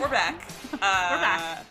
We're back. Uh, We're back.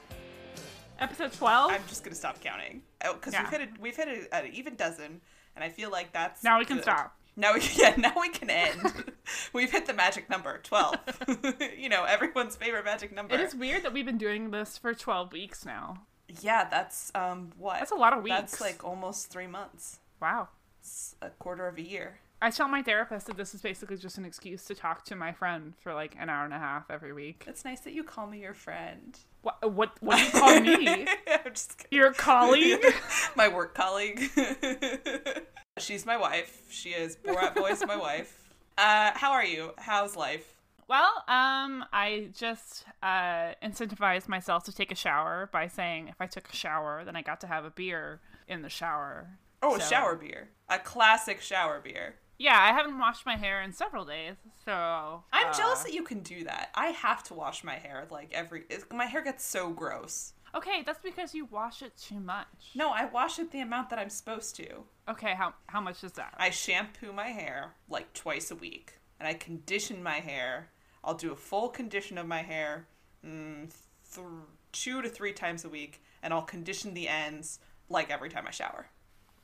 Episode 12. I'm just gonna stop counting. Oh, because Yeah. we've hit a, we've hit a, an even dozen, and I feel like that's Now we can good. stop. Now we yeah now we can end. we've hit the magic number twelve. you know everyone's favorite magic number. It is weird that we've been doing this for 12 weeks now. Yeah, that's um what. That's a lot of That's weeks. like almost three months. Wow. It's a quarter of a year. I tell my therapist that this is basically just an excuse to talk to my friend for like an hour and a half every week. It's nice that you call me your friend. What what, what do you call me? I'm just kidding. Your colleague? my work colleague. She's my wife. She is Borat Boy's my wife. Uh, how are you? How's life? Well, um, I just uh, incentivized myself to take a shower by saying if I took a shower, then I got to have a beer in the shower. Oh, a So- shower beer. A classic shower beer. Yeah, I haven't washed my hair in several days, so I'm uh, jealous that you can do that. I have to wash my hair like every. It, my hair gets so gross. Okay, that's because you wash it too much. No, I wash it the amount that I'm supposed to. Okay, how how much is that? I shampoo my hair like twice a week, and I condition my hair. I'll do a full condition of my hair, mm, th- two to three times a week, and I'll condition the ends like every time I shower.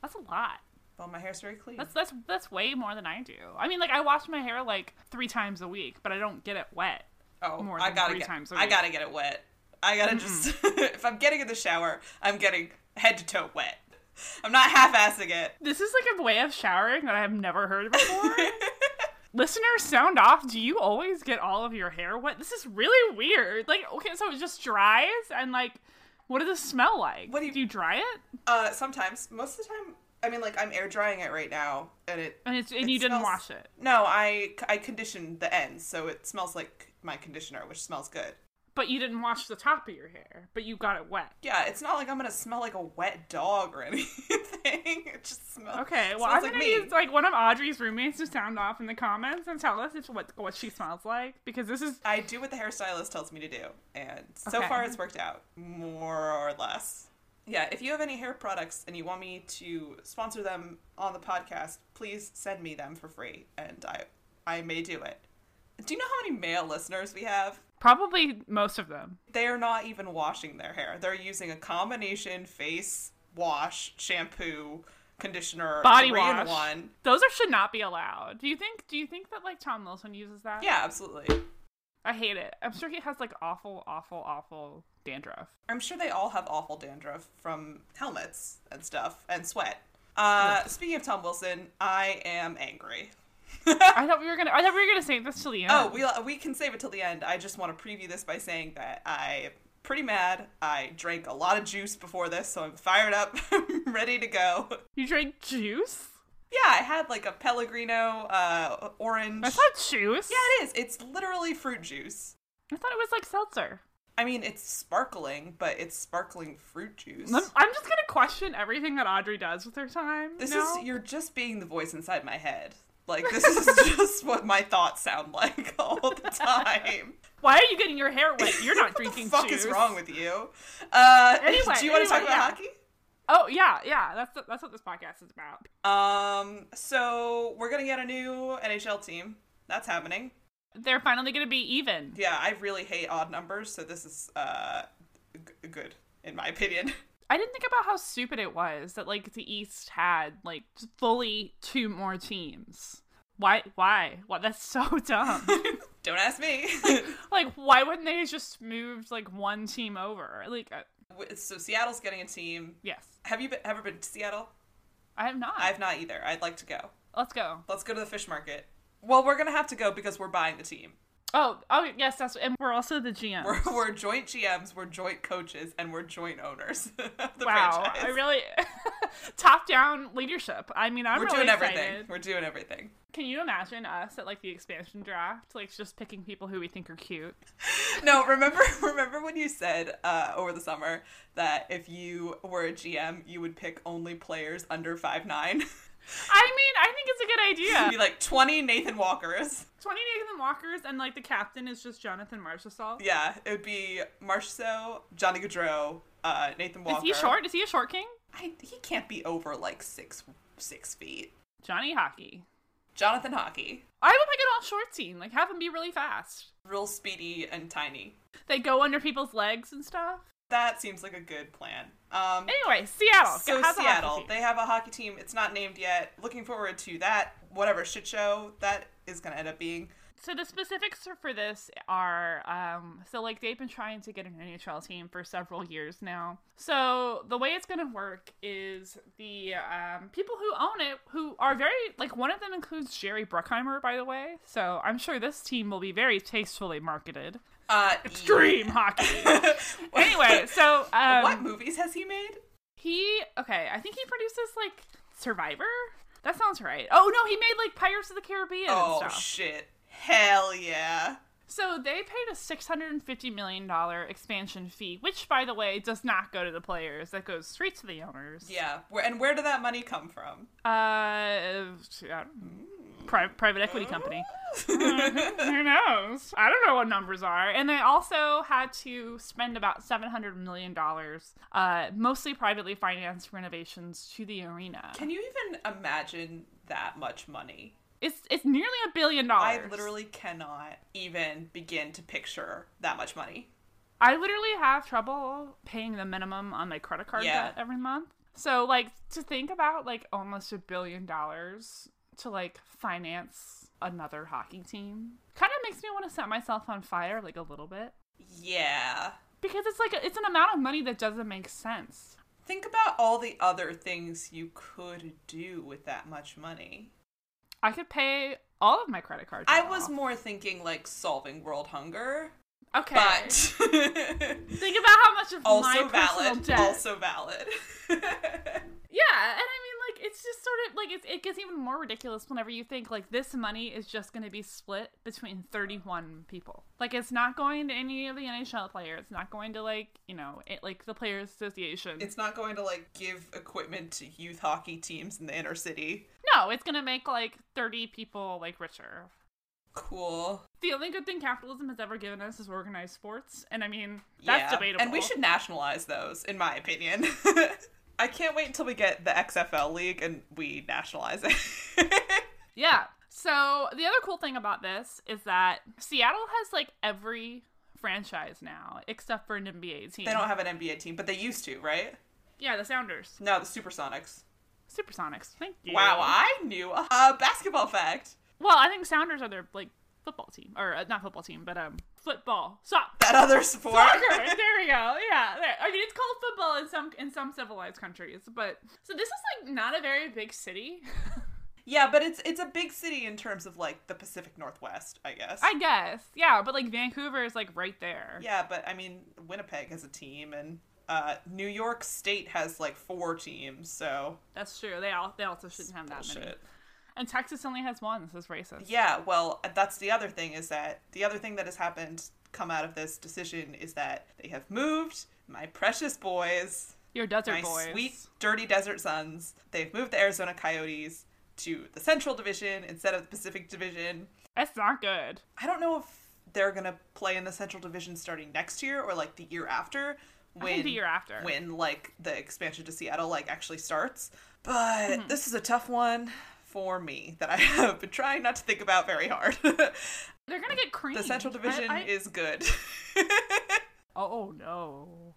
That's a lot. Well, my hair's very clean. That's that's that's way more than I do. I mean, like I wash my hair like three times a week, but I don't get it wet. oh, more I than gotta three get, times a I week. gotta get it wet. I gotta just. if I'm getting in the shower, I'm getting head to toe wet. I'm not half-assing it. This is like a way of showering that I have never heard before. Listeners, sound off. Do you always get all of your hair wet? This is really weird. Like, okay, so it just dries and like, what does it smell like? What do you- dry it? Uh, sometimes, most of the time, I mean, like I'm air drying it right now, and it And it's and you didn't smells- wash it. No, I I conditioned the ends, so it smells like my conditioner, which smells good. But you didn't wash the top of your hair, but you got it wet. Yeah, it's not like I'm gonna smell like a wet dog or anything. It just smells. Okay, well, smells I'm like gonna me. use like one of Audrey's roommates to sound off in the comments and tell us if, what what she smells like because this is I do what the hairstylist tells me to do, and so Okay. far it's worked out more or less. Yeah, if you have any hair products and you want me to sponsor them on the podcast, please send me them for free, and I I may do it. Do you know how many male listeners we have? probably most of them. they are not even washing their hair. They're using a combination face wash, shampoo, conditioner, Body three in wash. one. Those are should not be allowed. Do you think? Do you think that like Tom Wilson uses that? Yeah, absolutely. I hate it. I'm sure he has like awful, awful, awful dandruff. I'm sure they all have awful dandruff from helmets and stuff and sweat. Uh, speaking of Tom Wilson, I am angry. I thought we were gonna. I thought we were gonna save this till the end. Oh, we we can save it till the end. I just want to preview this by saying that I'm pretty mad. I drank a lot of juice before this, so I'm fired up, I'm ready to go. you drank juice. Yeah, I had like a Pellegrino uh, orange. That's not juice. Yeah, it is. It's literally fruit juice. I thought it was like seltzer. I mean, it's sparkling, but it's sparkling fruit juice. I'm, I'm just gonna question everything that Audrey does with her time. this now. is you're just being the voice inside my head. Like this is just what my thoughts sound like all the time. Why are you getting your hair wet? You're not what drinking the fuck juice. is wrong with you? Uh, Anyway, do you want to talk about anyway, yeah. hockey? Oh yeah, yeah. That's that's what this podcast is about. Um, so we're gonna get a new NHL team. That's happening. They're finally gonna be even. Yeah, I really hate odd numbers, so this is uh g- good in my opinion. I didn't think about how stupid it was that like the East had like fully two more teams. Why? Why? Why? That's so dumb. Don't ask me. like, why wouldn't they just moved like one team over? Like, uh, so Seattle's getting a team. yes, Have you been, ever been to Seattle? I have not. I've not either. I'd like to go. Let's go. Let's go to the fish market. Well, we're gonna have to go because we're buying the team. Oh, oh yes, that's and we're also the GM. We're, we're joint GMs, we're joint coaches, and we're joint owners. of the wow, franchise. I really top down leadership. I mean, I'm we're really doing everything. excited. We're doing everything. Can you imagine us at like the expansion draft, like just picking people who we think are cute? No, remember remember when you said uh, over the summer that if you were a GM, you would pick only players under five nine. I mean, I think it's a good You'd idea. be like twenty Nathan Walkers. Twenty Nathan Walkers and like the captain is just Jonathan Marshall. Yeah, it would be Marceau, Johnny Gaudreau, uh, Nathan Walker. Is he short? Is he a short king? I, he can't be over like six six feet. Johnny Hockey. Jonathan Hockey, I would like an all short scene. Like have him be really fast. real speedy and tiny. They go under people's legs and stuff. That seems like a good plan. Um, Anyway, Seattle. so has a hockey Seattle, team. they have a hockey team. It's not named yet. Looking forward to that. Whatever shit show that is going to end up being. So the specifics for- for this are um, so like they've been trying to get an NHL team for several years now. So the way it's going to work is the um, people who own it, who are very like one of them includes Jerry Bruckheimer, by the way. So I'm sure this team will be very tastefully marketed. Uh, Extreme hockey. anyway, so um, what movies has he made? he okay, I think he produces like Survivor. That sounds right. Oh no, he made like Pirates of the Caribbean Oh and stuff. shit! Hell yeah! So they paid a $650 million expansion fee, which, by the way, does not go to the players. That goes straight to the owners. Yeah. Where and where did that money come from? Uh, uh, pri- private equity company. Who knows? I don't know what numbers are. And they also had to spend about $700 million, uh, mostly privately financed renovations to the arena. Can you even imagine that much money? It's, it's nearly a billion dollars. I literally cannot even begin to picture that much money. I literally have trouble paying the minimum on my credit card Yeah. debt every month. So like to think about like almost a billion dollars to like finance another hockey team kind of makes me want to set myself on fire like a little bit Yeah. because it's like it's an amount of money that doesn't make sense. Think about all the other things you could do with that much money. I could pay all of my credit cards. I was off. more thinking like solving world hunger, okay. but think about how much of also my personal valid. debt. Also valid. Yeah, and I mean, like, it's just sort of like it's, it gets even more ridiculous whenever you think like this money is just going to be split between 31 people. Like, it's not going to any of the NHL players. It's not going to like you know it, like the Players Association. it's not going to like give equipment to youth hockey teams in the inner city. no, it's going to make like 30 people like richer. Cool. The only good thing capitalism has ever given us is organized sports, and I mean that's yeah. debatable. And we should nationalize those, in my opinion. I can't wait until we get the XFL league and we nationalize it. Yeah. So the other cool thing about this is that Seattle has like every franchise now except for an NBA team. they don't have an NBA team, but they used to, right? yeah, the Sounders. No, the Supersonics. Supersonics. Thank you. Wow, I knew a uh, basketball fact. well, I think Sounders are their like football team, or uh, not football team, but um, football. So- That other sport. Soccer. there we go. Yeah. There. I mean, it's called football in some in some civilized countries, but so this is like not a very big city, yeah, but it's it's a big city in terms of like the Pacific Northwest, I guess. I guess. Yeah, but like Vancouver is like right there. yeah, but I mean, Winnipeg has a team, and uh, New York State has like four teams. So That's true. They all they also shouldn't have that many. bullshit. And Texas only has one. This is racist. Yeah, well, that's the other thing is that the other thing that has happened come out of this decision is that they have moved my precious boys. Your desert my boys. sweet dirty desert suns they've moved the arizona coyotes to the central division instead of the pacific division That's not good. i don't know if they're going to play in the central division starting next year or like the year after think when the year after. when like the expansion to Seattle like actually starts. But Mm-hmm. this is a tough one for me that I have been trying not to think about very hard. the They're gonna get creamed. Central Mm-hmm. I- Division I- is good. Oh no.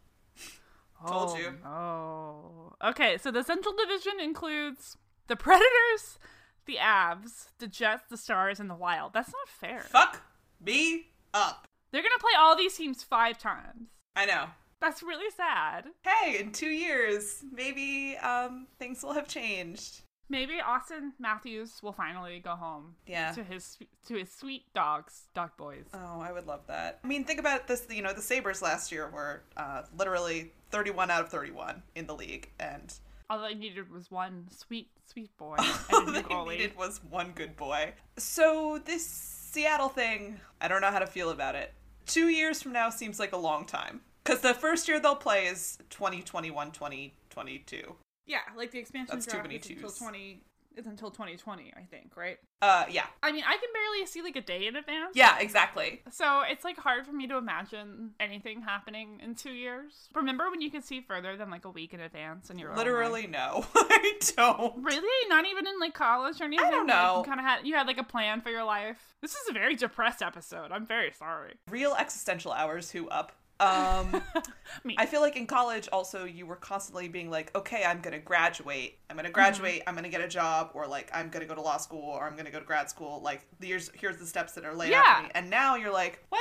Told oh, you. Oh. Okay, so the Central Division includes the Predators, the Avs, the Jets, the Stars, and the Wild. That's not fair. Fuck me up. They're gonna play all these teams five times. I know. That's really sad. Hey, in two years, maybe um, things will have changed. Maybe Austin Matthews will finally go home. Yeah. To his to his sweet dogs, dog boys. Oh, I would love that. I mean, think about this. You know, the Sabers last year were uh, literally 31 out of 31 in the league, and All they needed was one sweet, sweet boy. all and a new they goalie. needed was one good boy. So this Seattle thing, I don't know how to feel about it. Two years from now seems like a long time because the first year they'll play is 2021, 2022. Yeah, like the expansion That's too draft many is until twos. twenty is until twenty twenty, I think, right? Uh, yeah, I mean, I can barely see like a day in advance. yeah, exactly. So it's like hard for me to imagine anything happening in two years. Remember when you could see further than like a week in advance and you're Literally, no, I don't. Really? Not even in like college or anything? don't know. Like, you kind of had you had like a plan for your life. This is a very depressed episode. I'm very sorry. Real existential hours. Who up? Um. Me. I feel like in college, also, you were constantly being like, okay, I'm going to graduate. I'm Mm-hmm. going to graduate. I'm going to get a job, or like, I'm going to go to law school, or I'm going to go to grad school. Like, here's, here's the steps that are laid out for Yeah. me. And now you're like, well,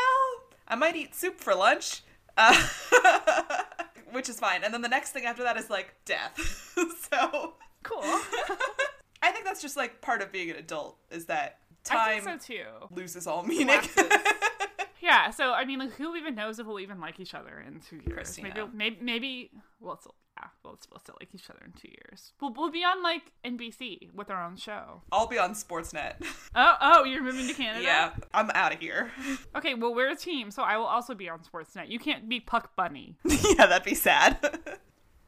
I might eat soup for lunch, uh, which is fine. And then the next thing after that is like death. so cool. I think that's just like part of being an adult is that I time think so too. loses all meaning. Lapses. Yeah, so I mean, like, who even knows if we'll even like each other in two years? Christina. Maybe, maybe, maybe. Well, it's, yeah, well, it's, we'll still like each other in two years. We'll, we'll be on like NBC with our own show. I'll be on Sportsnet. Oh, oh, you're moving to Canada. yeah, I'm out of here. Okay, well, we're a team, so I will also be on Sportsnet. You can't be Puck Bunny. yeah, that'd be sad.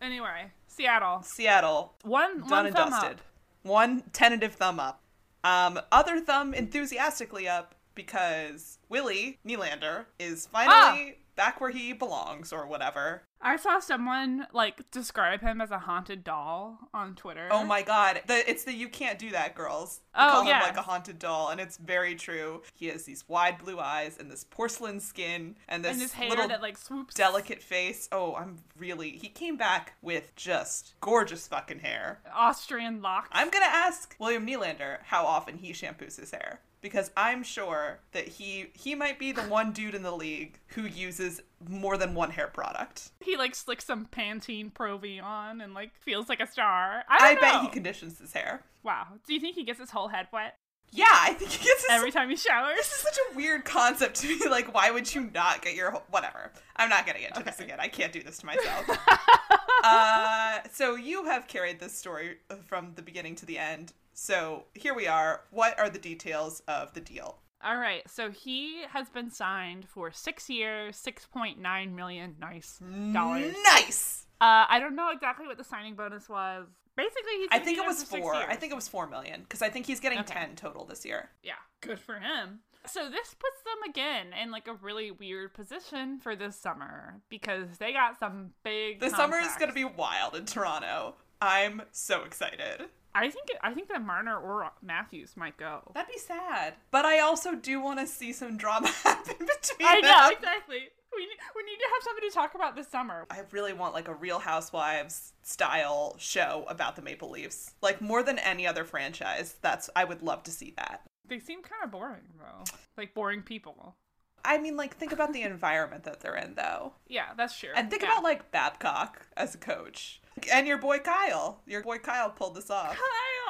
Anyway, Seattle. Seattle, One, done one and thumb dusted. up. One tentative thumb up. Um, other thumb enthusiastically up because Willie Nylander is Ah! finally back where he belongs or whatever. I saw someone like describe him as a haunted doll on Twitter. Oh my god. The, it's the you can't do that, girls. They Uh-huh. Oh, call yes. him like a haunted doll, and it's very true. He has these wide blue eyes and this porcelain skin and this And his hair little that like swoops. delicate face. Oh, I'm really. He came back with just gorgeous fucking hair. Austrian locks. I'm gonna ask William Nylander how often he shampoos his hair because I'm sure that he he might be the one dude in the league who uses more than one hair product. He like slicks some Pantene Pro V on and like feels like a star. I, I don't bet know. he conditions his hair. Wow. Do you think he gets his whole head wet Yeah, I think he gets his. every time he this showers? is such a weird concept to me. Like, why would you not get your whole- whatever? I'm not gonna get into this again. I can't do this to myself. uh, so you have carried this story from the beginning to the end. So here we are. What are the details of the deal? All right. So he has been signed for six years, six point nine million nice dollars. Nice. Uh, I don't know exactly what the signing bonus was. Basically, he's I gonna think be it there was for six four. I years. think it was four million because I think he's getting Okay. ten total this year. yeah, good for him. So this puts them again in like a really weird position for this summer because they got some big. The summer is going contracts. to be wild in Toronto. I'm so excited. I think. I think that Marner or Matthews might go. That'd be sad, but I also do want to see some drama happen between I know them. exactly. We need, we need to have something to talk about this summer. I really want like a Real Housewives style show about the Maple Leafs. Like more than any other franchise, that's I would love to see that. They seem kind of boring though, like boring people. I mean, like think about the environment that they're in though. Yeah, that's true. And think Yeah. about like Babcock as a coach. And your boy Kyle. Your boy Kyle pulled this off. Kyle.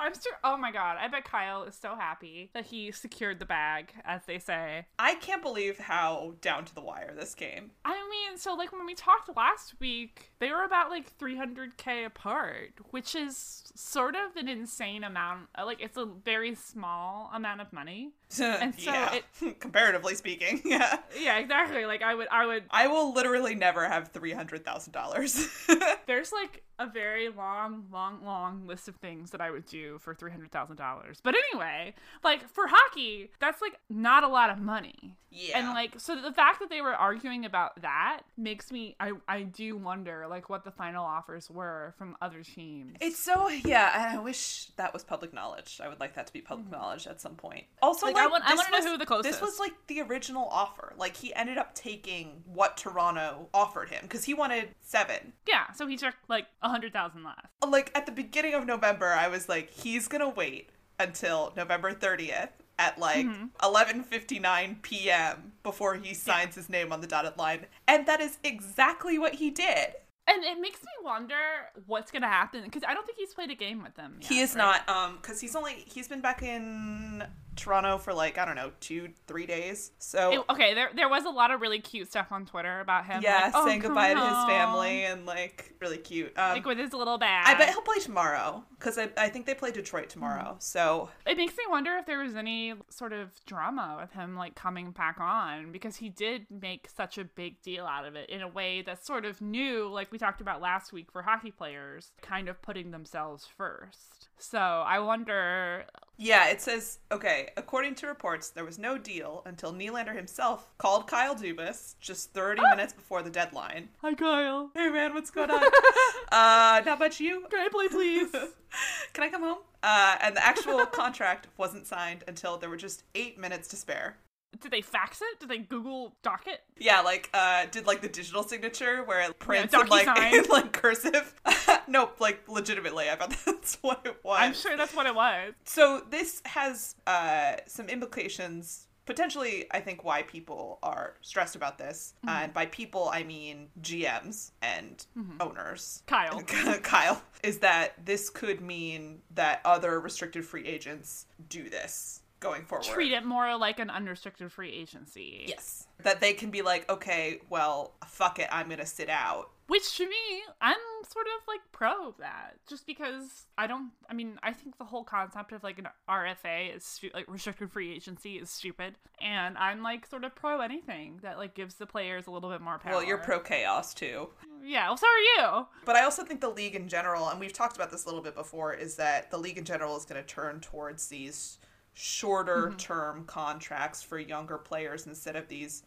I'm sure. Oh my god, I bet Kyle is so happy that he secured the bag, as they say. I can't believe how down to the wire this game. I mean, so like when we talked last week, they were about like 300k apart, which is sort of an insane amount. uh, Like it's a very small amount of money. And so yeah, comparatively speaking, yeah. Yeah, exactly. Like I would, I would I will literally never have three hundred thousand dollars. There's like a very long, long, long list of things that I would do do for $300,000. But anyway, like for hockey, that's like not a lot of money. Yeah. And like so the fact that they were arguing about that makes me I I do wonder like what the final offers were from other teams. It's so yeah, and I wish that was public knowledge. I would like that to be public knowledge at some point. Also, Mm-hmm. Like, like, I want- I this wanna know was- who the This closest. was like the original offer. Like he ended up taking what Toronto offered him because he wanted seven. yeah, so he took like a 100,000 less. Like at the beginning of November, I was like, he's gonna wait until November thirtieth at like Mm-hmm. eleven fifty nine p.m. before he signs his name on the dotted line, and that is exactly what he did. And it makes me wonder what's going to happen cuz I don't think he's played a game with them. He yet, is right? not, um, because he's only he's been back in Toronto for like I don't know two three days. So It- okay, there there was a lot of really cute stuff on Twitter about him. yeah, like, "Oh, saying come goodbye to his home," family and like really cute. Um, like with his little bag. I bet he'll play tomorrow because I I think they play Detroit Mm-hmm. tomorrow. So It makes me wonder if there was any sort of drama with him like coming back on because he did make such a big deal out of it in a way that's sort of new, like we talked about last week for hockey players, kind of putting themselves first. So I wonder, yeah, it says okay. According to reports, there was no deal until Nylander himself called Kyle Dubas just thirty minutes before the deadline. hi Kyle, Ah. Hey man, what's going on? uh, not much you. can I play please? Can I come home? Uh, and the actual contract wasn't signed until there were just eight minutes to spare. Did they fax it? Did they Google doc it? Yeah, like uh, did like the digital signature where it prints in, like DocuSign. in, like cursive. nope, like legitimately, I bet that's what it was. I'm sure that's what it was. So this has uh, some implications. Potentially, I think why people are stressed about this, Mm-hmm. and by people I mean GMs and owners. Mm-hmm. Kyle. Kyle is that this could mean that other restricted free agents do this going forward. Treat it more like an unrestricted free agency. Yes. That they can be like, okay, well, fuck it, I'm gonna sit out. Which to me, I'm sort of like pro that, just because I don't. I mean, I think the whole concept of like an RFA is stu- like restricted free agency is stupid, and I'm like sort of pro anything that like gives the players a little bit more power. Well, you're pro chaos too. Yeah. Well, so are you. But I also think the league in general, and we've talked about this a little bit before, is that the league in general is going to turn towards these shorter Mm-hmm. term contracts for younger players instead of these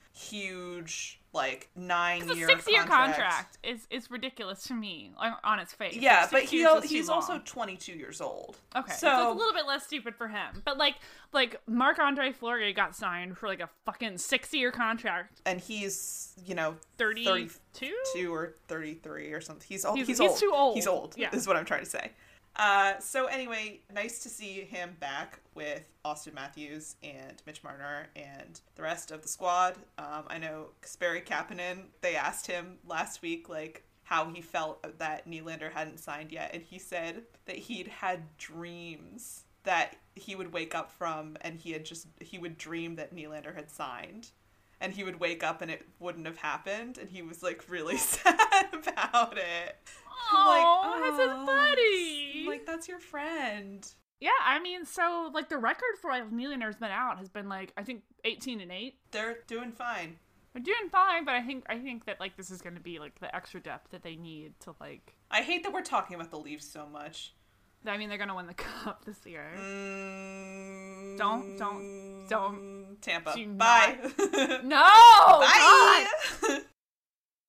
huge, like nine It's year a six year contracts. contract is is ridiculous to me on, on its face. Yeah, Like, but six he years al- is too he's also long. 22 years old. Okay, so, so, it's a little bit less stupid for him, but like, like Marc Andre Fleury got signed for like a fucking six-year contract, and he's you know 32? 32 or 33 or something he's old He's- he's, he's old too old. he's old Yeah. is what i'm trying to say uh, so anyway nice to see him back with austin matthews and mitch marner and the rest of the squad um, i know Kasperi Kapanen, they asked him last week like how he felt that Nylander hadn't signed yet, and he said that he'd had dreams that he would wake up from, and he had just he would dream that Nylander had signed, and he would wake up and it wouldn't have happened, and he was like really sad about it. I'm like, Aw, that's his "Oh, buddy." I'm like that's your friend. Yeah, I mean, so like the record for like millionaires been out has been like I think eighteen and eight. They're doing fine. They're doing fine, but I think I think that like this is going to be like the extra depth that they need to like. I hate that we're talking about the Leafs so much. I mean, they're going to win the cup this year. Mm, Don't don't don't. Tampa. Do Oh, Bye. No. God! Bye.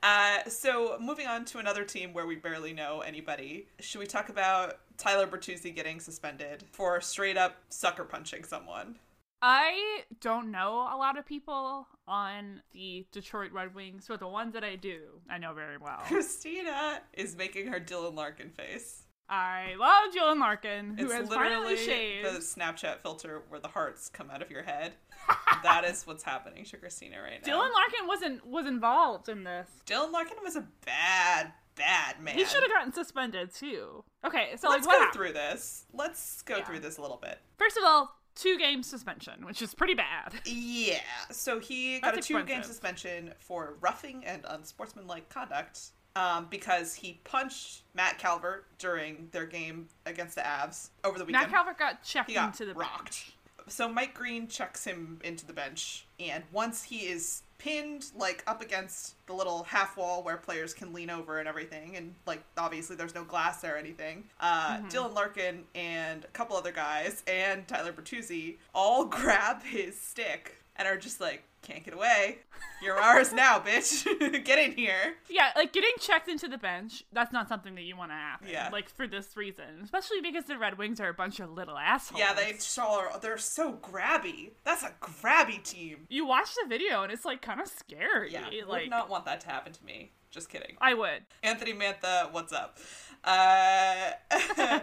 Uh, so moving on to another team where we barely know anybody. Should we talk about Tyler Bertuzzi getting suspended for straight up sucker punching someone? I don't know a lot of people on the Detroit Red Wings, but the ones that I do, I know very well. Christina is making her Dylan Larkin face. I love Jillian Larkin, who It's has literally finally shaved. the Snapchat filter where the hearts come out of your head. that is what's happening to Christina right now. Dylan Larkin wasn't was involved in this. Dylan Larkin was a bad, bad man. He should have gotten suspended too. Okay, so Let's like what go happened? through this. Let's go Yeah. through this a little bit. First of all, two game suspension, which is pretty bad. Yeah. So he got That's a two game expensive. suspension for roughing and unsportsmanlike conduct um, because he punched Matt Calvert during their game against the Avs over the weekend. Matt Calvert got checked he got into the rocked. bench. So Mike Green chucks him into the bench, and once he is pinned like up against the little half wall where players can lean over and everything, and like obviously there's no glass there or anything, uh, Mm-hmm. Dylan Larkin and a couple other guys and Tyler Bertuzzi all grab his stick and are just like, "Can't get away. You're ours now, bitch. get in here." Yeah, like getting checked into the bench, that's not something that you want to happen. Yeah. Like for this reason. Especially because the Red Wings are a bunch of little assholes. Yeah, they are, they're so grabby. That's a grabby team. You watch the video and it's like kind of scary. Yeah, like would not want that to happen to me. Just kidding. I would. Anthony Mantha, what's up? Uh,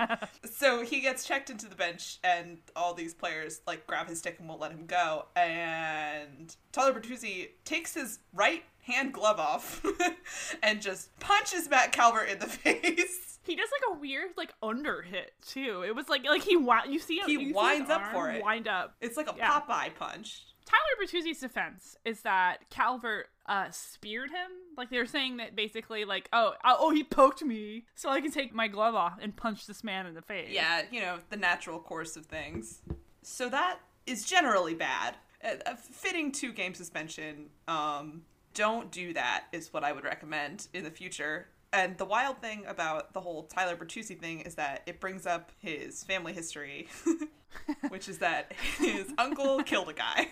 so he gets checked into the bench, and all these players like grab his stick and won't let him go. And Tyler Bertuzzi takes his right hand glove off and just punches Matt Calvert in the face. He does like a weird like under hit too. It was like like he wi- you see him. He you see his winds up arm for it. Wind up. It's like a Yeah. Popeye punch. Tyler Bertuzzi's defense is that Calvert uh, speared him. Like they were saying that basically, like, oh, oh, oh, he poked me, so I can take my glove off and punch this man in the face. Yeah, you know, the natural course of things. So that is generally bad. A a fitting two game suspension. Um, don't do that is what I would recommend in the future. And the wild thing about the whole Tyler Bertuzzi thing is that it brings up his family history, which is that his uncle killed a guy.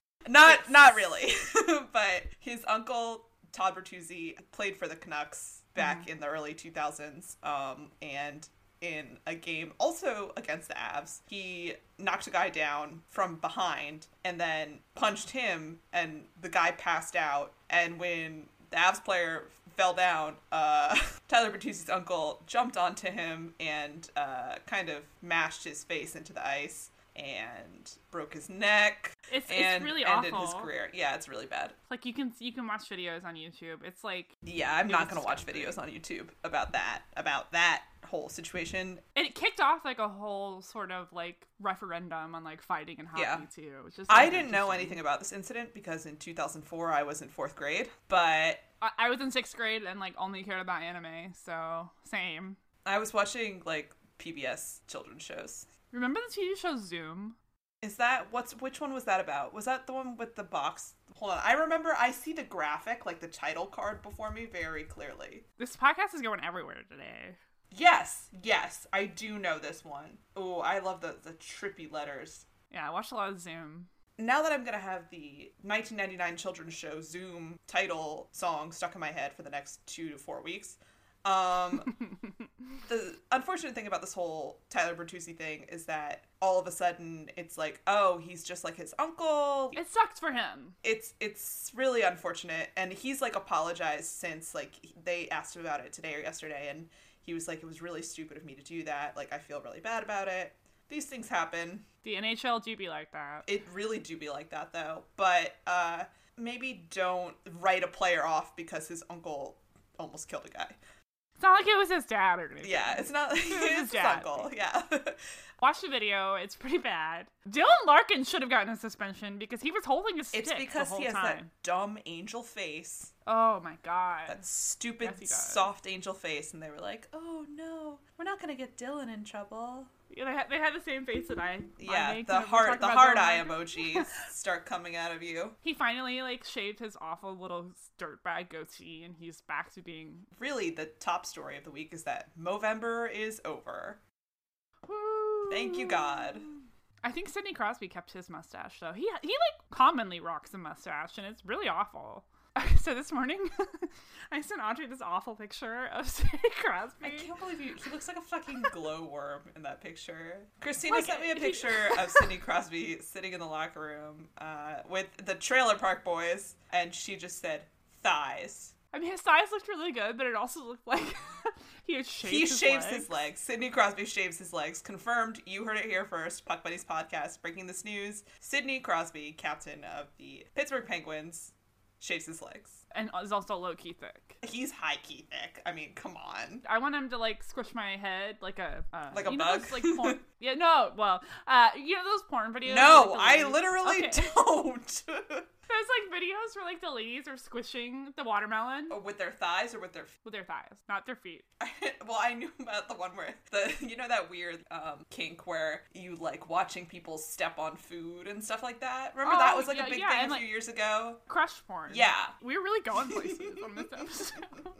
not not really, but his uncle Todd Bertuzzi played for the Canucks back Mm-hmm. in the early 2000s, um, and in a game also against the Avs, he knocked a guy down from behind and then punched him, and the guy passed out. And when the Avs player fell down, uh, Tyler Bertuzzi's uncle jumped onto him and uh, kind of mashed his face into the ice and broke his neck. It's- it's and really ended his awful. career. Yeah, it's really bad. Like you can you can watch videos on YouTube. It's like Yeah, I'm not was gonna watch videos on YouTube about that about that whole situation. and it kicked off like a whole sort of like referendum on like fighting and hockey Yeah. too. It was just I like, didn't know interesting. anything about this incident because in 2004 I was in fourth grade, but I, I was in sixth grade and like only cared about anime, so same. I was watching like PBS children's shows. Remember the TV show Zoom? Is that what's which one was that about? Was that the one with the box? Hold on, I remember I see the graphic like the title card before me very clearly. This podcast is going everywhere today. Yes, yes, I do know this one. Oh, I love the the trippy letters. Yeah, I watched a lot of Zoom. now that I'm gonna have the 1999 children's show Zoom title song stuck in my head for the next two to four weeks, um, the unfortunate thing about this whole Tyler Bertuzzi thing is that all of a sudden it's like, oh, he's just like his uncle. It sucked for him. It's it's really unfortunate, and he's like apologized since like they asked him about it today or yesterday, and he was like, it was really stupid of me to do that. Like I feel really bad about it. These things happen. The NHL do be like that. It really do be like that though. But uh, maybe don't write a player off because his uncle almost killed a guy. It's not like it was his dad or anything. Yeah, it's not His his dad. uncle. Yeah, Watch the video. It's pretty bad. Dylan Larkin should have gotten a suspension because he was holding a stick it's because the whole he has that time. dumb angel face, Oh my god. that stupid Yes, he does. soft angel face, and they were like, "Oh no, we're not gonna get Dylan in trouble." Yeah, they, had, they had the same face that I. I Yeah, make the whenever we talk heart, the about heart Dylan eye Larkin. emojis start coming out of you. He finally like shaved his awful little dirtbag goatee, and he's back to being. Really, the top story of the week is that Movember is over. Thank you, God. I think Sidney Crosby kept his mustache though. He he like commonly rocks a mustache and it's really awful. so this morning I sent Audrey this awful picture of Sidney Crosby. I can't believe you. He looks like a fucking glowworm in that picture. Christina Like, sent me a he- picture of Sidney Crosby sitting in the locker room uh, with the Trailer Park Boys, and she just said thighs. I mean his thighs looked really good, but it also looked like he had shaved he his shaves legs. his legs. Sidney Crosby shaves his legs. Confirmed. You heard it here first. Puck Buddies podcast breaking this news. Sidney Crosby, captain of the Pittsburgh Penguins, shaves his legs. and is also low key thick. He's high key thick. I mean, come on. I want him to like squish my head like a uh, Like a you know bug? those, like porn. yeah, no. Well, uh, you know those porn videos. No, where, like, I the ladies- literally Okay. don't. There's like videos where like the ladies are squishing the watermelon with their thighs or with their with their thighs, not their feet. well, I knew about the one where the you know that weird um, kink where you like watching people step on food and stuff like that. Remember that Oh, was like yeah, a big yeah, thing a and, few like- years ago. Crush porn. Yeah. we were really going places on this episode.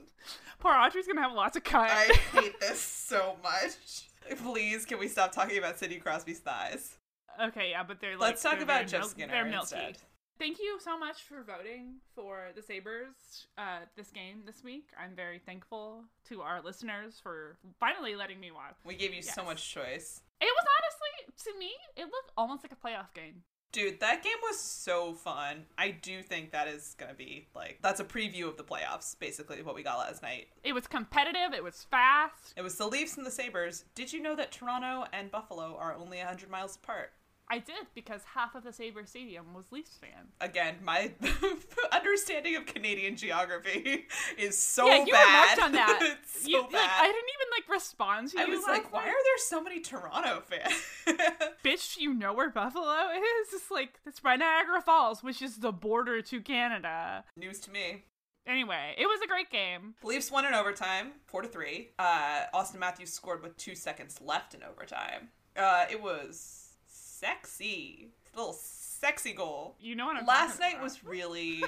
Poor Audrey's gonna have lots of cut. I hate this so much. Please, can we stop talking about Sidney Crosby's thighs? okay, yeah, but they're like Let's talk they're about very Jeff milk- Skinner They're milky. instead. Thank you so much for voting for the Sabres uh, this game this week. I'm very thankful to our listeners for finally letting me watch. We gave you so Yes. much choice. It was honestly, to me, it looked almost like a playoff game. Dude, that game was so fun. I do think that is going to be like, that's a preview of the playoffs, basically, what we got last night. It was competitive, it was fast. It was the Leafs and the Sabres. Did you know that Toronto and Buffalo are only 100 miles apart? I did because half of the Sabre Stadium was Leafs fans. Again, my understanding of Canadian geography is so yeah, you bad. remarked on that. It's so you, bad. Like, I didn't even like respond to I you. was like, last why are night. there so many Toronto fans? bitch, you know where Buffalo is? It's like it's by Niagara Falls, which is the border to Canada. News to me. Anyway, it was a great game. Leafs won in overtime, four to three. Uh, Austin Matthews scored with two seconds left in overtime. Uh, it was sexy, little sexy goal. You know what I'm Last talking night about. was really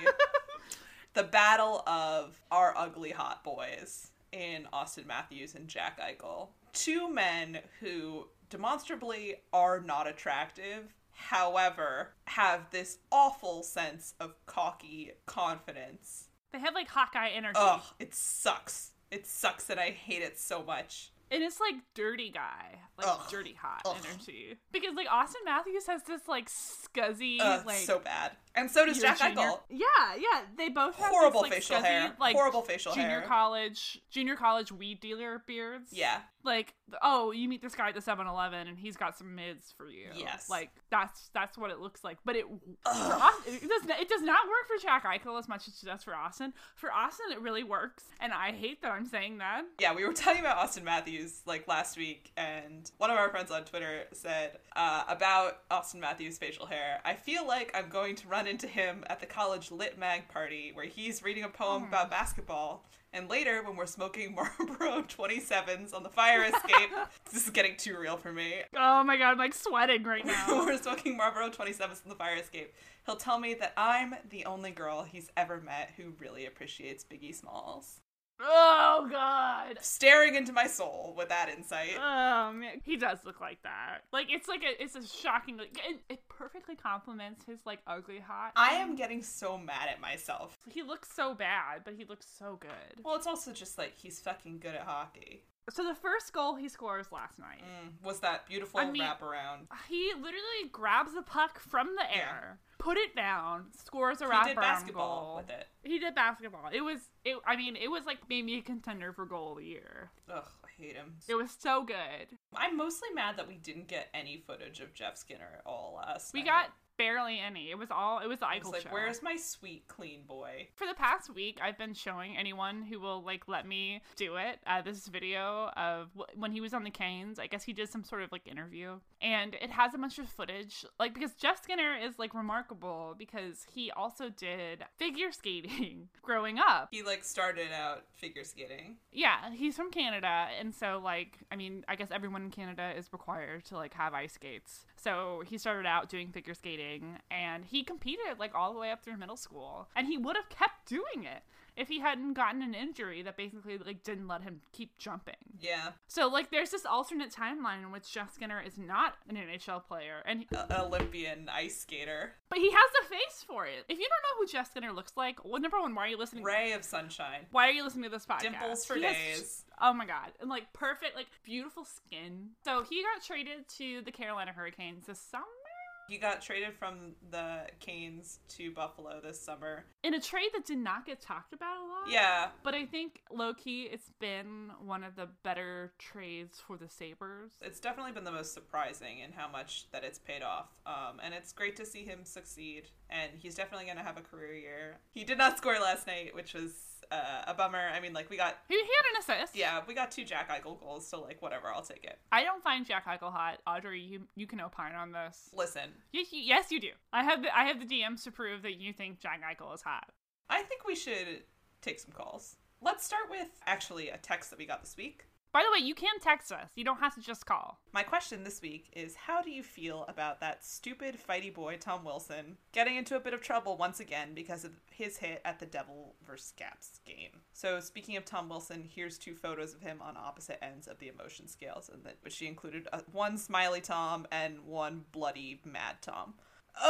the battle of our ugly hot boys in Austin Matthews and Jack Eichel, two men who demonstrably are not attractive. However, have this awful sense of cocky confidence they had like Hawkeye energy, Ugh, it sucks. It sucks and I hate it so much. and it's like dirty guy, like Ugh. dirty hot Ugh. energy. Because like Austin Matthews has this like scuzzy Ugh, like. so bad. And so does your Jack junior- Eichel. Yeah, yeah. They both have this, Horrible like, facial scuzzy, hair. Like Horrible facial junior hair. college, junior college weed dealer beards. Yeah. like oh you meet this guy at the 7-eleven and he's got some mids for you Yes. like that's that's what it looks like but it for Ugh. Austin, it does not, it does not work for jack eichel as much as it does for austin for austin it really works and i hate that i'm saying that Yeah, we were talking about Austin Matthews like last week, and one of our friends on Twitter said uh, about Austin Matthews' facial hair. I feel like I'm going to run into him at the college lit mag party where he's reading a poem about basketball, and later when we're smoking Marlboro 27s on the fire escape. this is getting too real for me. oh my god i'm like sweating right now we're smoking Marlboro 27s in the fire escape. He'll tell me that I'm the only girl he's ever met who really appreciates Biggie Smalls. oh god Staring into my soul with that insight. Oh man, he does look like that. Like it's like a, it's a shocking. Like, it, it perfectly complements his like ugly hot. I am getting so mad at myself. He looks so bad, but he looks so good. Well, it's also just like he's fucking good at hockey. So the first goal he scores last night. Mm, was that beautiful I mean- wraparound? He literally grabs the puck from the air, put it down, scores a He wraparound did basketball goal. with it. He did basketball. It was it. I mean, it was like maybe a contender for goal of the year. Ugh, I hate him. It was so good. I'm mostly mad that we didn't get any footage of Jeff Skinner at all last. We night. got barely any. It was all. It was the I was Eichel like, show. where's my sweet clean boy? for the past week, I've been showing anyone who will like let me do it uh, this video of wh- when he was on the Canes. I guess he did some sort of like interview, and it has a bunch of footage. Like because Jeff Skinner is like remarkable because he also did figure skating growing up. He like started out figure skating. Yeah, he's from Canada, and so like I mean, I guess everyone in Canada is required to like have ice skates. So he started out doing figure skating, and he competed like all the way up through middle school, and he would have kept doing it if he hadn't gotten an injury that basically like didn't let him keep jumping. Yeah, So like there's this alternate timeline in which Jeff Skinner is not an NHL player, and a- Olympian ice skater, but he has a face for it. If you don't know who Jeff Skinner looks like, well, number one, why are you listening? ray of sunshine. why are you listening to this podcast? Dimples for He has- days. oh my god, and like perfect, like beautiful skin. So he got traded to the Carolina Hurricanes this summer. He got traded from the Canes to Buffalo this summer. In a trade that did not get talked about a lot. Yeah. But I think low key, it's been one of the better trades for the Sabres. It's definitely been the most surprising in how much that it's paid off. Um, and it's great to see him succeed. And he's definitely going to have a career year. He did not score last night, which was uh, a bummer. I mean, like, we got, He, he had an assist. yeah, we got two Jack Eichel goals. So, like, whatever, I'll take it. I don't find Jack Eichel hot. Audrey, you you can opine on this. Listen, Yes, you, yes, you do. I have the I have the DMs to prove that you think Jack Eichel is hot. I think we should take some calls. Let's start with actually a text that we got this week. By the way, you can text us. You don't have to just call. My question this week is how do you feel about that stupid fighty boy Tom Wilson getting into a bit of trouble once again because of his hit at the Devil vs. Caps game? So, speaking of Tom Wilson, here's two photos of him on opposite ends of the emotion scales, and that but she included uh one smiley Tom and one bloody mad Tom.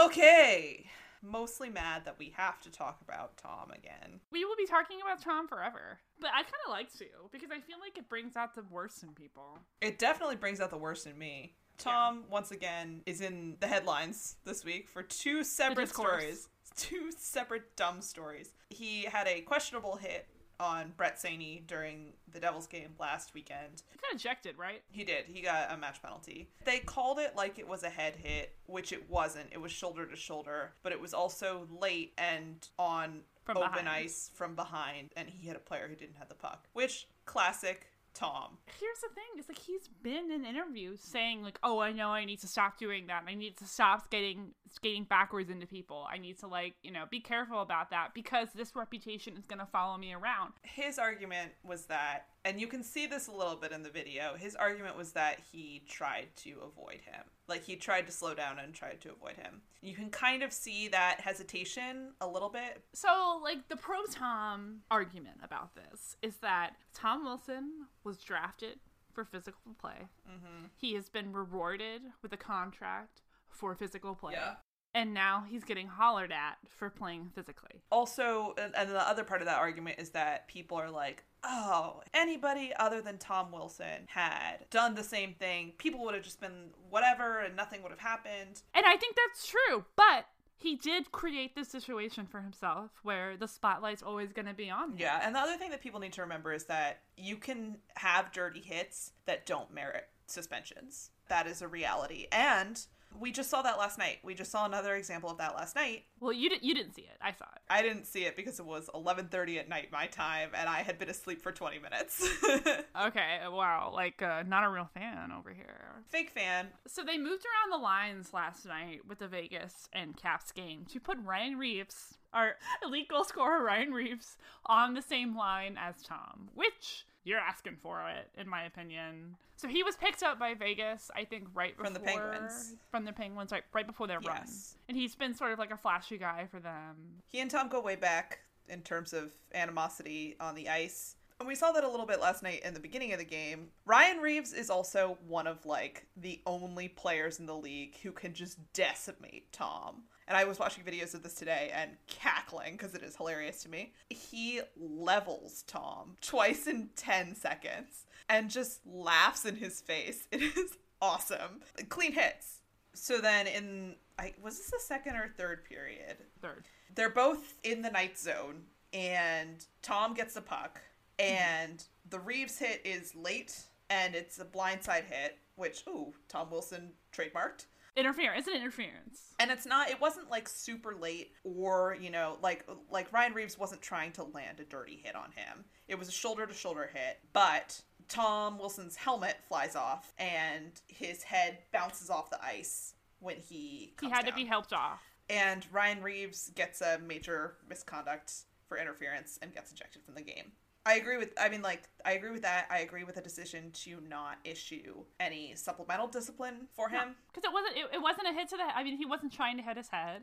Okay, mostly mad that we have to talk about Tom again. We will be talking about Tom forever. But I kind of like to because I feel like it brings out the worst in people. It definitely brings out the worst in me. Tom, once again, is in the headlines this week for two separate discourse. stories. Two separate dumb stories. He had a questionable hit on Brett Saney during the Devils game last weekend. He got ejected, right? He did. He got a match penalty. They called it like it was a head hit, which it wasn't. It was shoulder to shoulder, but it was also late and on From open behind. ice from behind, and he hit a player who didn't have the puck, which classic Tom. Here's the thing: it's like he's been in interviews saying like, "Oh, I know I need to stop doing that. I need to stop skating skating backwards into people. I need to like you know be careful about that because this reputation is gonna follow me around." his argument was that and you can see this a little bit in the video his argument was that he tried to avoid him like he tried to slow down and tried to avoid him you can kind of see that hesitation a little bit So, like, the pro Tom argument about this is that Tom Wilson was drafted for physical play. Mm-hmm. He has been rewarded with a contract for physical play. Yeah. And now he's getting hollered at for playing physically. also and, and the other part of that argument is that people are like oh anybody other than tom wilson had done the same thing people would have just been whatever and nothing would have happened And I think that's true, but he did create this situation for himself where the spotlight's always going to be on him. Yeah, and the other thing that people need to remember is that you can have dirty hits that don't merit suspensions. That is a reality. And we just saw that last night. We just saw another example of that last night. Well, you, di- you didn't see it. I saw it. I didn't see it because it was 11:30 at night my time and I had been asleep for 20 minutes. Okay, wow. Like, uh, not a real fan over here. Fake fan. So they moved around the lines last night with the Vegas and Caps game to put Ryan Reeves, our elite goal scorer Ryan Reeves, on the same line as Tom, which you're asking for it, in my opinion. So he was picked up by Vegas, I think, right before From the Penguins. From the Penguins, right, right before their run, Yes. and he's been sort of like a flashy guy for them. He and Tom go way back in terms of animosity on the ice. And we saw that a little bit last night in the beginning of the game. Ryan Reeves is also one of like the only players in the league who can just decimate Tom. And I was watching videos of this today and cackling because it is hilarious to me. He levels Tom twice in 10 seconds and just laughs in his face. It is awesome. Clean hits. So then in I was this the second or third period? Third, they're both in the night zone and tom gets the puck and the reeves hit is late and it's a blindside hit which ooh tom wilson trademarked interference. It's an interference. and it's not it wasn't like super late or you know like like ryan reeves wasn't trying to land a dirty hit on him it was a shoulder to shoulder hit but tom wilson's helmet flies off and his head bounces off the ice when he He comes had to down be helped off. and Ryan Reeves gets a major misconduct for interference and gets ejected from the game. I agree with I mean like I agree with that. I agree with the decision to not issue any supplemental discipline for him. Because it wasn't, it, it wasn't a hit to the. I mean, he wasn't trying to hit his head.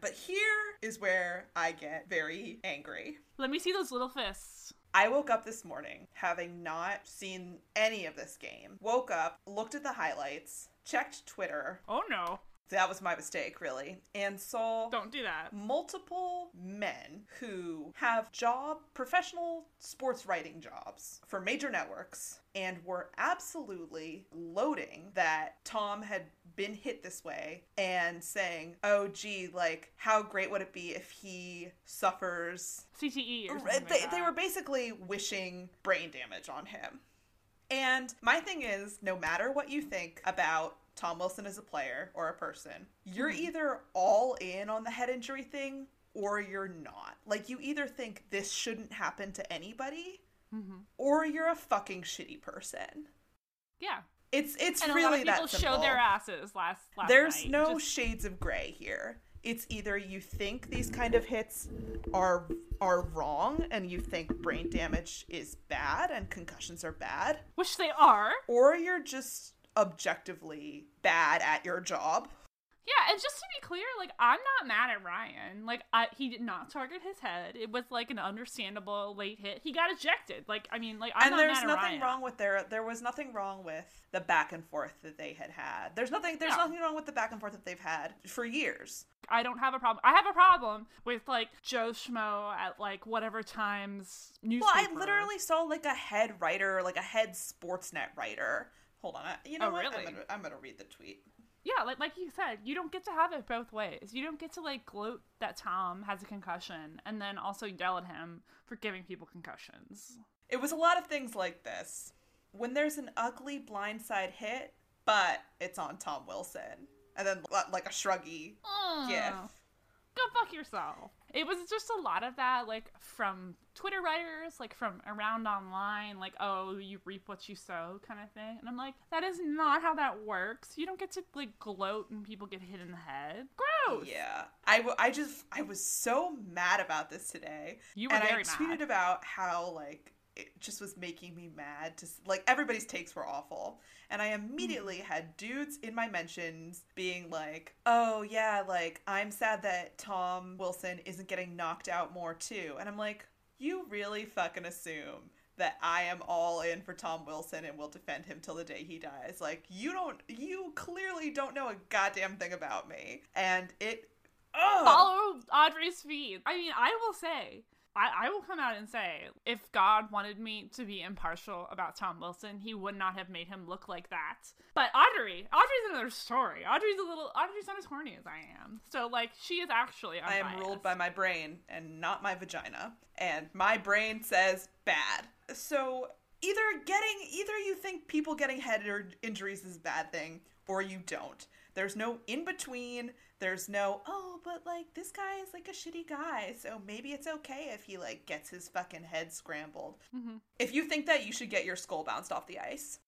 but here is where I get very angry. Let me see those little fists. I woke up this morning having not seen any of this game. Woke up, looked at the highlights, checked Twitter, Oh no. That was my mistake, really. And Soul Don't do that. multiple men who have job professional sports writing jobs for major networks and were absolutely loading that Tom had been hit this way and saying, "Oh gee, like how great would it be if he suffers?" CTE E or something They like they that. were basically wishing brain damage on him. And my thing is, no matter what you think about Tom Wilson as a player or a person, you're Mm-hmm. either all in on the head injury thing or you're not. Like, you either think this shouldn't happen to anybody Mm-hmm. or you're a fucking shitty person. yeah. It's it's And really a lot of that people simple. showed their asses last last There's night. no Just- shades of gray here. It's either you think these kind of hits are are wrong and you think brain damage is bad and concussions are bad which they are. or you're just objectively bad at your job. Yeah, and just to be clear, like I'm not mad at Ryan. Like I, he did not target his head. It was like an understandable late hit. He got ejected. Like I mean, like I'm and not there's mad at nothing Ryan. wrong with their there was nothing wrong with the back and forth that they had had. There's nothing there's No. nothing wrong with the back and forth that they've had for years. I don't have a problem. I have a problem with like Joe Schmo at like whatever times newspaper. Well, I literally saw like a head writer, like a head Sportsnet writer. Hold on, I, you know Oh, what? really? I'm, gonna, I'm gonna read the tweet. yeah, like like you said, you don't get to have it both ways. You don't get to like gloat that Tom has a concussion and then also yell at him for giving people concussions. It was a lot of things like this. When there's an ugly blindside hit, but it's on Tom Wilson, and then li- like a shruggy Ugh. gif. go fuck yourself. It was just a lot of that, like from Twitter writers, like from around online, like, oh, you reap what you sow kind of thing. And I'm like, that is not how that works. You don't get to like gloat and people get hit in the head. Gross. Yeah, I, w- I just I was so mad about this today. You were and very I tweeted mad. about how like it just was making me mad to s- like everybody's takes were awful, and I immediately Mm. had dudes in my mentions being like, "Oh yeah, like I'm sad that Tom Wilson isn't getting knocked out more too," and I'm like, "You really fucking assume." That I am all in for Tom Wilson and will defend him till the day he dies. Like, you don't, you clearly don't know a goddamn thing about me. And it Ugh. Follow Audrey's feed. I mean, I will say, I, I will come out and say, if God wanted me to be impartial about Tom Wilson, he would not have made him look like that. But Audrey, Audrey's another story. Audrey's a little, Audrey's not as horny as I am. So, like, she is actually I am ruled by my brain and not my vagina. And my brain says bad. So either getting either you think people getting head or injuries is a bad thing, or you don't. There's no in between. There's no, oh, but like this guy is like a shitty guy, so maybe it's okay if he like gets his fucking head scrambled. Mhm. If you think that, you should get your skull bounced off the ice.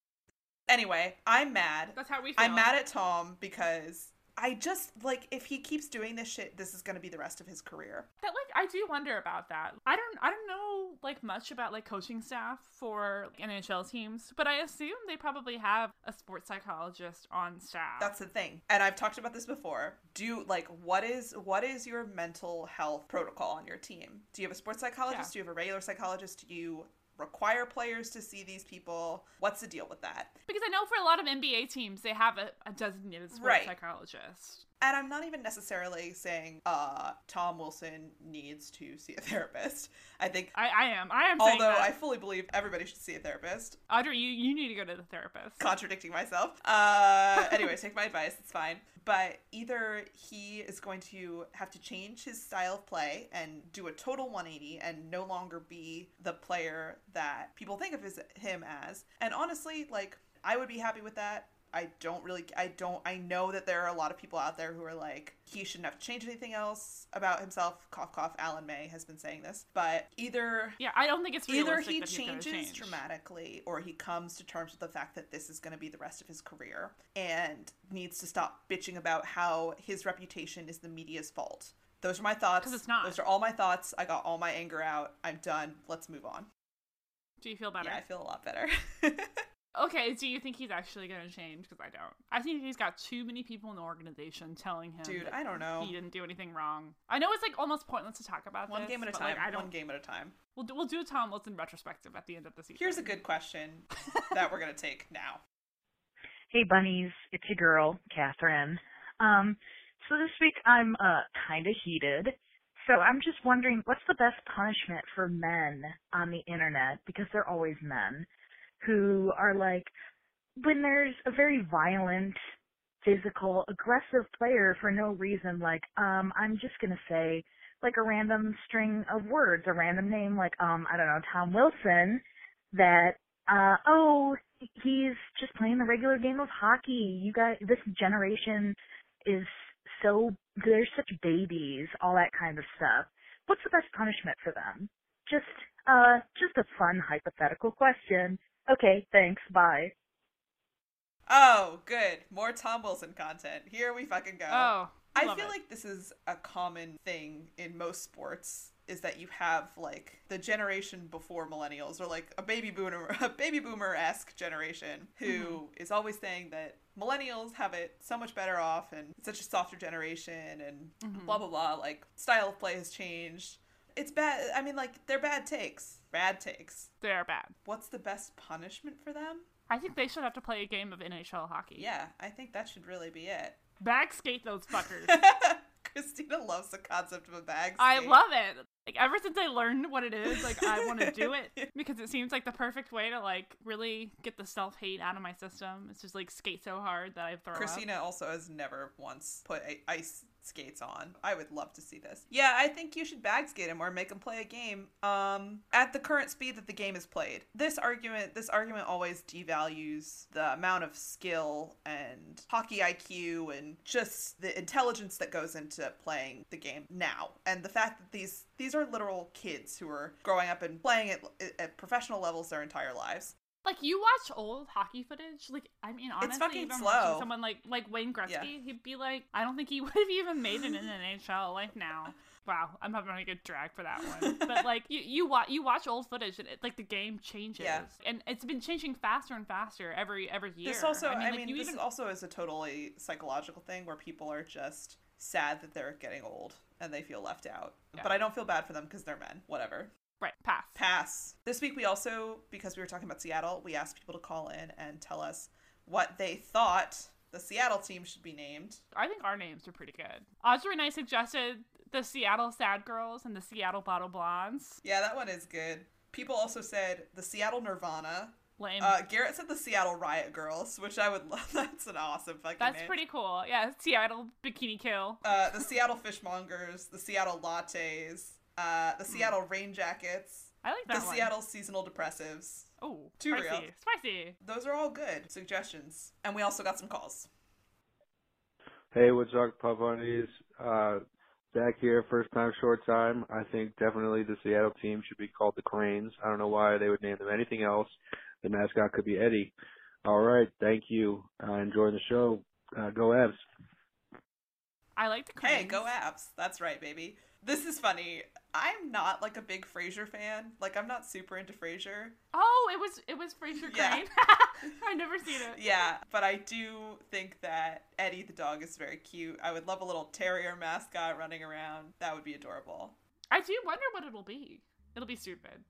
Anyway, I'm mad. That's how we feel. I'm mad at Tom because I just like if he keeps doing this shit, this is gonna be the rest of his career. that like I do wonder about that. I don't I don't know like much about like coaching staff for NHL teams, but I assume they probably have a sports psychologist on staff. That's the thing. And I've talked about this before. Do like what is what is your mental health protocol on your team? Do you have a sports psychologist? Yeah. Do you have a regular psychologist? Do you require players to see these people? What's the deal with that? because I know for a lot of NBA teams they have a, a designated sports Right. psychologist. And I'm not even necessarily saying uh Tom Wilson needs to see a therapist. I think I, I am. I am saying although that. I fully believe everybody should see a therapist. Audrey, you, you need to go to the therapist. contradicting myself. Uh, anyway, take my advice. It's fine. But either he is going to have to change his style of play and do a total 180 and no longer be the player that people think of his, him as. And honestly, like, I would be happy with that. I don't really, I don't, I know that there are a lot of people out there who are like, he shouldn't have to change anything else about himself. Cough, cough. Alan May has been saying this. But either Yeah, I don't think it's either realistic he that he's gonna changes change. dramatically or he comes to terms with the fact that this is going to be the rest of his career and needs to stop bitching about how his reputation is the media's fault those are my thoughts 'Cause it's not. those are all my thoughts i got all my anger out i'm done let's move on Do you feel better? yeah i feel a lot better Okay, do you think he's actually going to change? Because I don't. I think he's got too many people in the organization telling him. dude that i don't know he didn't do anything wrong. I know it's like almost pointless to talk about one this, game at a but, time Like, I one don't. game at a time We'll do, we'll do a Tom Wilson retrospective at the end of the season. here's a good question that we're going to take now Hey, bunnies. It's your girl, Catherine. Um, so this week I'm uh, kind of heated. So I'm just wondering, what's the best punishment for men on the internet? Because they're always men who are like, when there's a very violent, physical, aggressive player for no reason, like, um, I'm just gonna say, like a random string of words, a random name, like, um, I don't know, Tom Wilson, that, uh, oh, he's just playing the regular game of hockey. You guys, this generation is so, they're such babies, all that kind of stuff. What's the best punishment for them? Just, uh, just a fun hypothetical question. Okay, thanks, bye. Oh, good. More Tom Wilson content. Here we fucking go. Oh, I love feel it. like this is a common thing in most sports is that you have like the generation before millennials or like a baby boomer a baby boomer esque generation who is Mm-hmm. always saying that millennials have it so much better off and it's such a softer generation and Mm-hmm. blah blah blah like style of play has changed. It's bad I mean like they're bad takes. Bad takes. they are bad. What's the best punishment for them? I think they should have to play a game of NHL hockey. Yeah, I think that should really be it. Back skate those fuckers. Christina loves the concept of a bag. I skate. love it. Like ever since I learned what it is, like I want to do it because it seems like the perfect way to like really get the self hate out of my system. It's just like skate so hard that I throw up. Christina also has never once put i- ice skates on. I would love to see this. Yeah, I think you should bag skate him or make him play a game um, at the current speed that the game is played. This argument, this argument always devalues the amount of skill and hockey IQ and just the intelligence that goes into playing the game now, and the fact that these these are literal kids who are growing up and playing it at professional levels their entire lives. Like you watch old hockey footage. Like I mean, honestly, fucking even slow. watching someone like like Wayne Gretzky, Yeah. he'd be like, I don't think he would have even made it in an NHL like now. Wow, I'm having a good drag for that one. But like you, you watch you watch old footage and it, like the game changes, Yeah. and it's been changing faster and faster every every year. This also, I mean, like, you this even also is a totally psychological thing where people are just sad that they're getting old and they feel left out. Yeah. But I don't feel bad for them because they're men. Whatever. right pass. Pass. This week we also, because we were talking about Seattle, we asked people to call in and tell us what they thought the Seattle team should be named. I think our names are pretty good. Audrey and I suggested the Seattle Sad Girls and the Seattle Bottle Blondes. Yeah, that one is good. People also said the Seattle Nirvana. Lame. Uh, Garrett said the Seattle Riot Girls, which I would love. That's an awesome fucking That's name. pretty cool. Yeah, Seattle Bikini Kill. uh, the Seattle Fishmongers, the Seattle Lattes, uh, the Seattle Rain Jackets, I like the Hmm. that one. Seattle Seasonal Depressives. Oh, Too spicy, real. spicy. Those are all good suggestions. And we also got some calls. Hey, what's up, Puff Undies? Uh, Zach here, first time, short time. I think definitely the Seattle team should be called the Cranes. I don't know why they would name them anything else. The mascot could be Eddie. All right, thank you. Uh, enjoying the show. Uh, go Abs. I like the Hey, cranes. go apps. That's right, baby. This is funny. I'm not like a big Frasier fan. Like I'm not super into Frasier. Oh, it was it was Fraser Yeah. Crane. I've never seen it. Yeah, but I do think that Eddie the dog is very cute. I would love a little terrier mascot running around. That would be adorable. I do wonder what it'll be. It'll be stupid.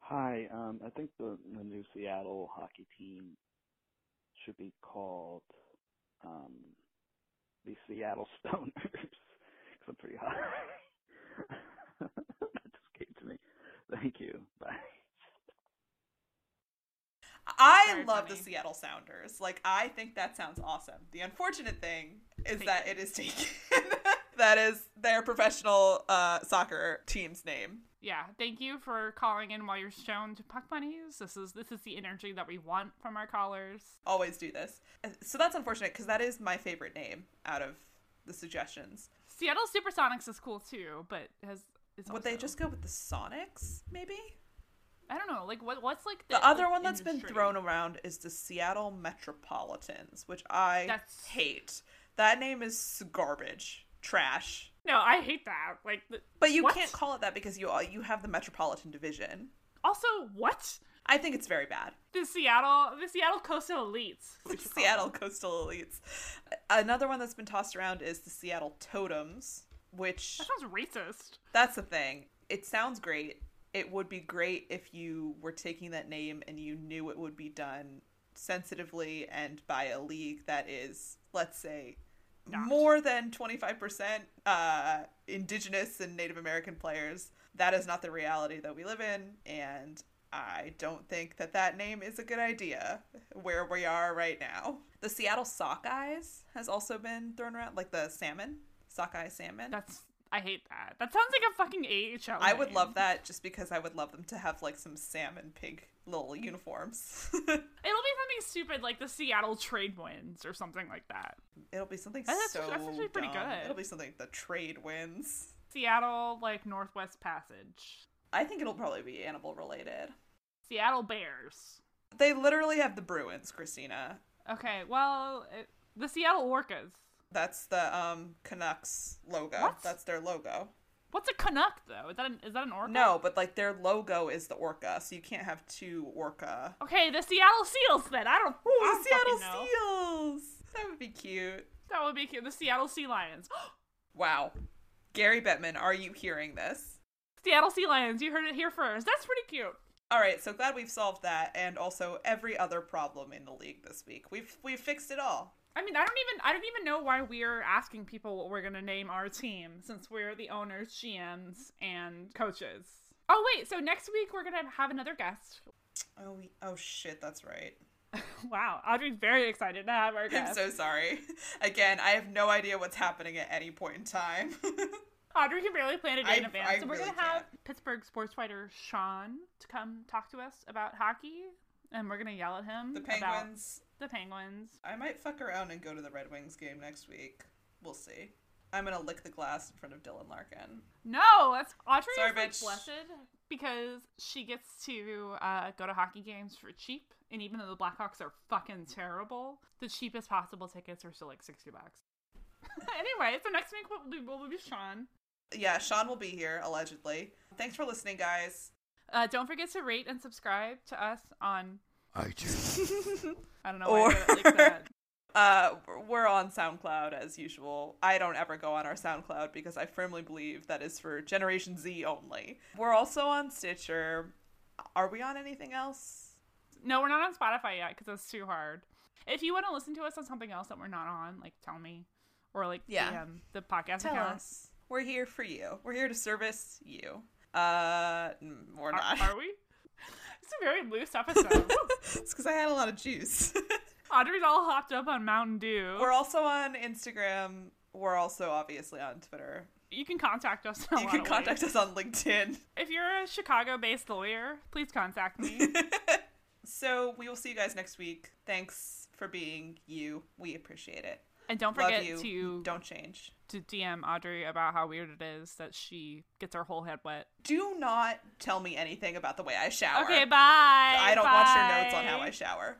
Hi, um, I think the, the new Seattle hockey team should be called um, the Seattle Stoners because I'm pretty hot. that just came to me. Thank you. Bye. I Very love the funny. Seattle Sounders. Like I think that sounds awesome. The unfortunate thing is Taken. that it is taken. that is their professional uh, soccer team's name. Yeah, thank you for calling in while you're shown to puck bunnies. This is this is the energy that we want from our callers. Always do this. So that's unfortunate because that is my favorite name out of the suggestions. Seattle Supersonics is cool too, but has is Would they also- just go with the Sonics? Maybe I don't know. Like what? What's like the other one that's that's been thrown around is the Seattle Metropolitans, which I That's- hate. That name is garbage, trash. No, I hate that. Like, th- But you What? can't call it that because you you have the Metropolitan Division. also, what I think it's very bad. the Seattle the Seattle Coastal Elites? Seattle Coastal Elites. Another one that's been tossed around is the Seattle Totems, which That sounds racist. that's the thing. It sounds great. It would be great if you were taking that name and you knew it would be done sensitively and by a league that is, let's say, more than 25% uh, indigenous and Native American players. That is not the reality that we live in, and I don't think that that name is a good idea where we are right now. The Seattle Sockeyes has also been thrown around, like the salmon, sockeye salmon. That's I hate that. That sounds like a fucking AHL. I would name. love that just because I would love them to have like some salmon pig little uniforms. It'll be something stupid like the Seattle Trade Winds or something like that. It'll be something That's so actu- that's actually pretty dumb. good. It'll be something the trade wins. Seattle like Northwest Passage. I think it'll probably be animal related. Seattle Bears. They literally have the Bruins, Christina. Okay, well, it, the Seattle Orcas. That's the um Canucks logo. What? That's their logo. What's a Canuck though? Is that an, is that an orca? No, but like their logo is the orca, so you can't have two orca. Okay, the Seattle Seals then. I don't. Ooh, I the Seattle don't fucking know. Seals. That would be cute. That would be cute. The Seattle Sea Lions. Wow. Gary Bettman, are you hearing this? Seattle Sea Lions. You heard it here first. That's pretty cute. All right, so glad we've solved that and also every other problem in the league this week. We've we've fixed it all. I mean, I don't even I don't even know why we're asking people what we're gonna name our team since we're the owners, GMs, and coaches. Oh wait, so next week we're gonna have another guest. Oh, we- oh shit, that's right. Wow, Audrey's very excited to have our I'm guest. so sorry. Again, I have no idea what's happening at any point in time. Audrey can barely plan a day in I- advance, I so we're really gonna have Pittsburgh sports writer Sean to come talk to us about hockey, and we're gonna yell at him the about Penguins. the Penguins. I might fuck around and go to the Red Wings game next week. We'll see. I'm gonna lick the glass in front of Dylan Larkin. No, that's Audrey Sorry, is like, bitch. blessed because she gets to uh, go to hockey games for cheap, and even though the Blackhawks are fucking terrible, the cheapest possible tickets are still like sixty bucks. anyway, so next week will be, will be Sean. Yeah, Sean will be here allegedly. Thanks for listening, guys. Uh, don't forget to rate and subscribe to us on. I don't know. Or- Why I said it like that. Uh, we're on SoundCloud as usual. I don't ever go on our SoundCloud because I firmly believe that is for Generation Z only. We're also on Stitcher. Are we on anything else? No, we're not on Spotify yet because that's too hard. If you want to listen to us on something else that we're not on, like tell me, or like Yeah. DM the podcast Tell account. us. We're here for you. We're here to service you. Uh, mm, we're Are, not. are we? It's a very loose episode. it's because I had a lot of juice. Audrey's all hopped up on Mountain Dew. We're also on Instagram. We're also obviously on Twitter. you can contact us. in a you lot can of contact ways. us on LinkedIn. if you're a Chicago-based lawyer. Please contact me. So we will see you guys next week. Thanks for being you. We appreciate it. and don't Love forget you. to Don't change. to DM Audrey about how weird it is that she gets her whole head wet. Do not tell me anything about the way I shower. Okay, bye. I don't bye. want your notes on how I shower.